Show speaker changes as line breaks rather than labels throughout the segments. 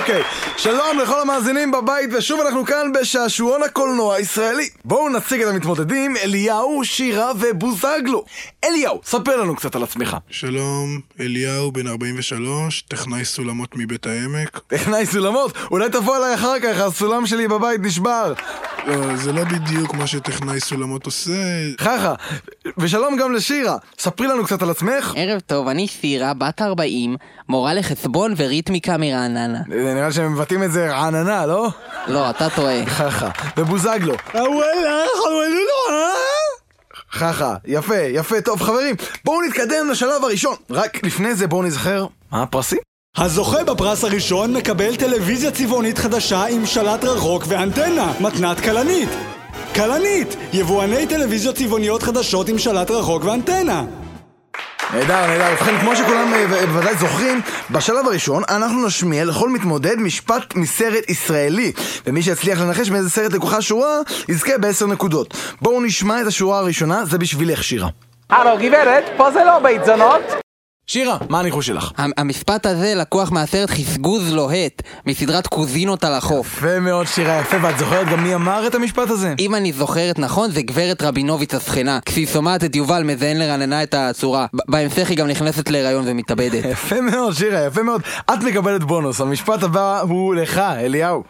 אוקיי, שלום לכל המאזינים בבית, ושוב אנחנו כאן בשעשועון הקולנוע הישראלי. בואו נציג את המתמודדים, אליהו, שירה ובוזגלו. אליהו, ספר לנו קצת על עצמך.
שלום, אליהו בן 43, טכנאי סולמות מבית העמק.
טכנאי סולמות, אולי תבוא אליי אחר כך, הסולם שלי בבית נשבר.
לא, זה לא בדיוק מה שטכנאי סולמות עושה.
חכה, ושלום גם לשירה. ספרי לנו קצת על עצמך.
ערב טוב, אני סירה, בת 40, מורה לחסבון וריתמיקה מרעננה.
אה, נראה שהם מבטאים את זה רעננה, לא?
לא, אתה טועה.
חכה, ובוזגלו. וואלה, חלולולו, אה? חכה, יפה, יפה, טוב חברים, בואו נתקדם לשלב הראשון. רק לפני זה בואו נזכר מה הפרסים.
הזוכה בפרס הראשון מקבל טלוויזיה צבעונית חדשה עם שלט רחוק ואנטנה, מתנת כלנית. כלנית, יבואני טלוויזיות צבעוניות חדשות עם שלט רחוק ואנטנה.
נהדר, נהדר. ובכן, כמו שכולם אה, ו- בוודאי זוכרים, בשלב הראשון אנחנו נשמיע לכל מתמודד משפט מסרט ישראלי, ומי שיצליח לנחש מאיזה סרט לקוחה שורה, יזכה בעשר נקודות. בואו נשמע את השורה הראשונה, זה בשבילך, שירה.
הלו גברת, פה זה לא בית זונות.
שירה, מה הניחוש שלך?
המ- המשפט הזה לקוח מהסרט חסגוז לוהט, מסדרת קוזינות על החוף.
יפה מאוד, שירה, יפה, ואת זוכרת גם מי אמר את המשפט הזה?
אם אני זוכרת נכון, זה גברת רבינוביץ הזקנה. כשהיא שומעת את יובל מזיין לרננה את הצורה. ב- בהמשך היא גם נכנסת להיריון ומתאבדת.
יפה מאוד, שירה, יפה מאוד. את מקבלת בונוס, המשפט הבא הוא לך, אליהו.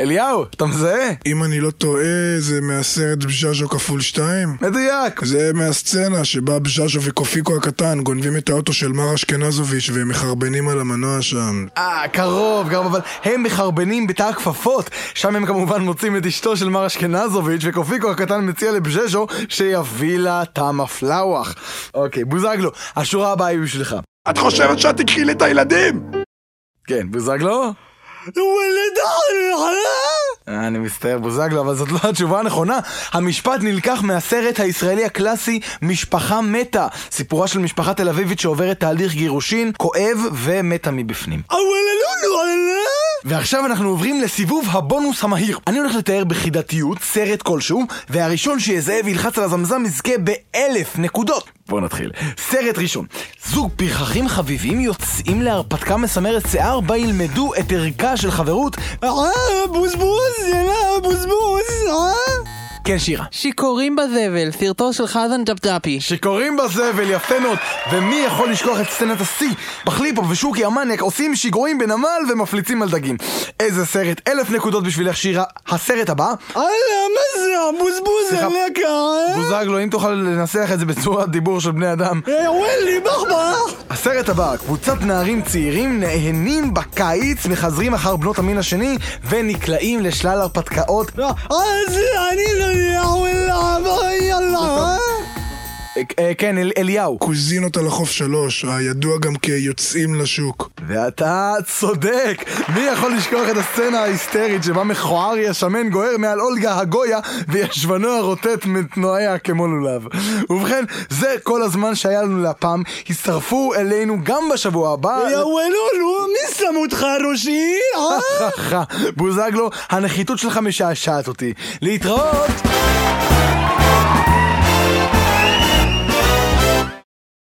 אליהו, אתה מזהה?
אם אני לא טועה, זה מהסרט בז'אז'ו כפול 2.
מדויק.
זה מהסצנה שבה בז'אז'ו וקופיקו הקטן גונבים את האוטו של מר אשכנזוביץ' והם מחרבנים על המנוע שם.
אה, קרוב, קרוב, אבל הם מחרבנים בתא הכפפות. שם הם כמובן מוצאים את אשתו של מר אשכנזוביץ', וקופיקו הקטן מציע לבז'ז'ו שיביא לה תם הפלאוח. אוקיי, בוזגלו, השורה הבאה היא בשבילך.
את חושבת שאת תקחי לי את הילדים?
כן, בוזגלו? אה, אני מצטער בוזגלו, אבל זאת לא התשובה הנכונה. המשפט נלקח מהסרט הישראלי הקלאסי "משפחה מתה", סיפורה של משפחה תל אביבית שעוברת תהליך גירושין, כואב ומתה מבפנים. ועכשיו אנחנו עוברים לסיבוב הבונוס המהיר. אני הולך לתאר בחידתיות סרט כלשהו, והראשון שיזהה וילחץ על הזמזם יזכה באלף נקודות. בואו נתחיל. סרט ראשון. זוג פרחחים חביבים יוצאים להרפתקה מסמרת שיער בה ילמדו את ערכה של חברות. אה, בוזבוז, יאללה, בוזבוז, אה? כן, שירה.
שיכורים בזבל, סרטו של חזן ג'פג'פי.
שיכורים בזבל, יפה מאוד. ומי יכול לשכוח את סצנת השיא? בחליפו ושוקי המניאק עושים שיגועים בנמל ומפליצים על דגים. איזה סרט, אלף נקודות בשבילך שירה. הסרט הבא,
הלאה, מה זה הבוזבוז
סליחה.
הלקה?
בוזגלו, אם תוכל לנסח את זה בצורת דיבור של בני אדם.
ווילי, מחמח!
הסרט הבא, קבוצת נערים צעירים נהנים בקיץ, מחזרים אחר בנות המין השני ונקלעים לשלל הרפתקאות.
לא, אז אני לא יודע, וואלה, יאללה.
אה, נכון. אה, כן, אל- אליהו.
קוזינות על החוף 3, הידוע גם כיוצאים לשוק.
ואתה צודק! מי יכול לשכוח את הסצנה ההיסטרית שבה מכוערי השמן גוער מעל אולגה הגויה וישבנו הרוטט מתנועע כמו לולב. ובכן, זה כל הזמן שהיה לנו להפעם. הצטרפו אלינו גם בשבוע הבא.
יא וולולו, מי שם אותך ראשי? אה?
בוזגלו, הנחיתות שלך משעשעת אותי. להתראות!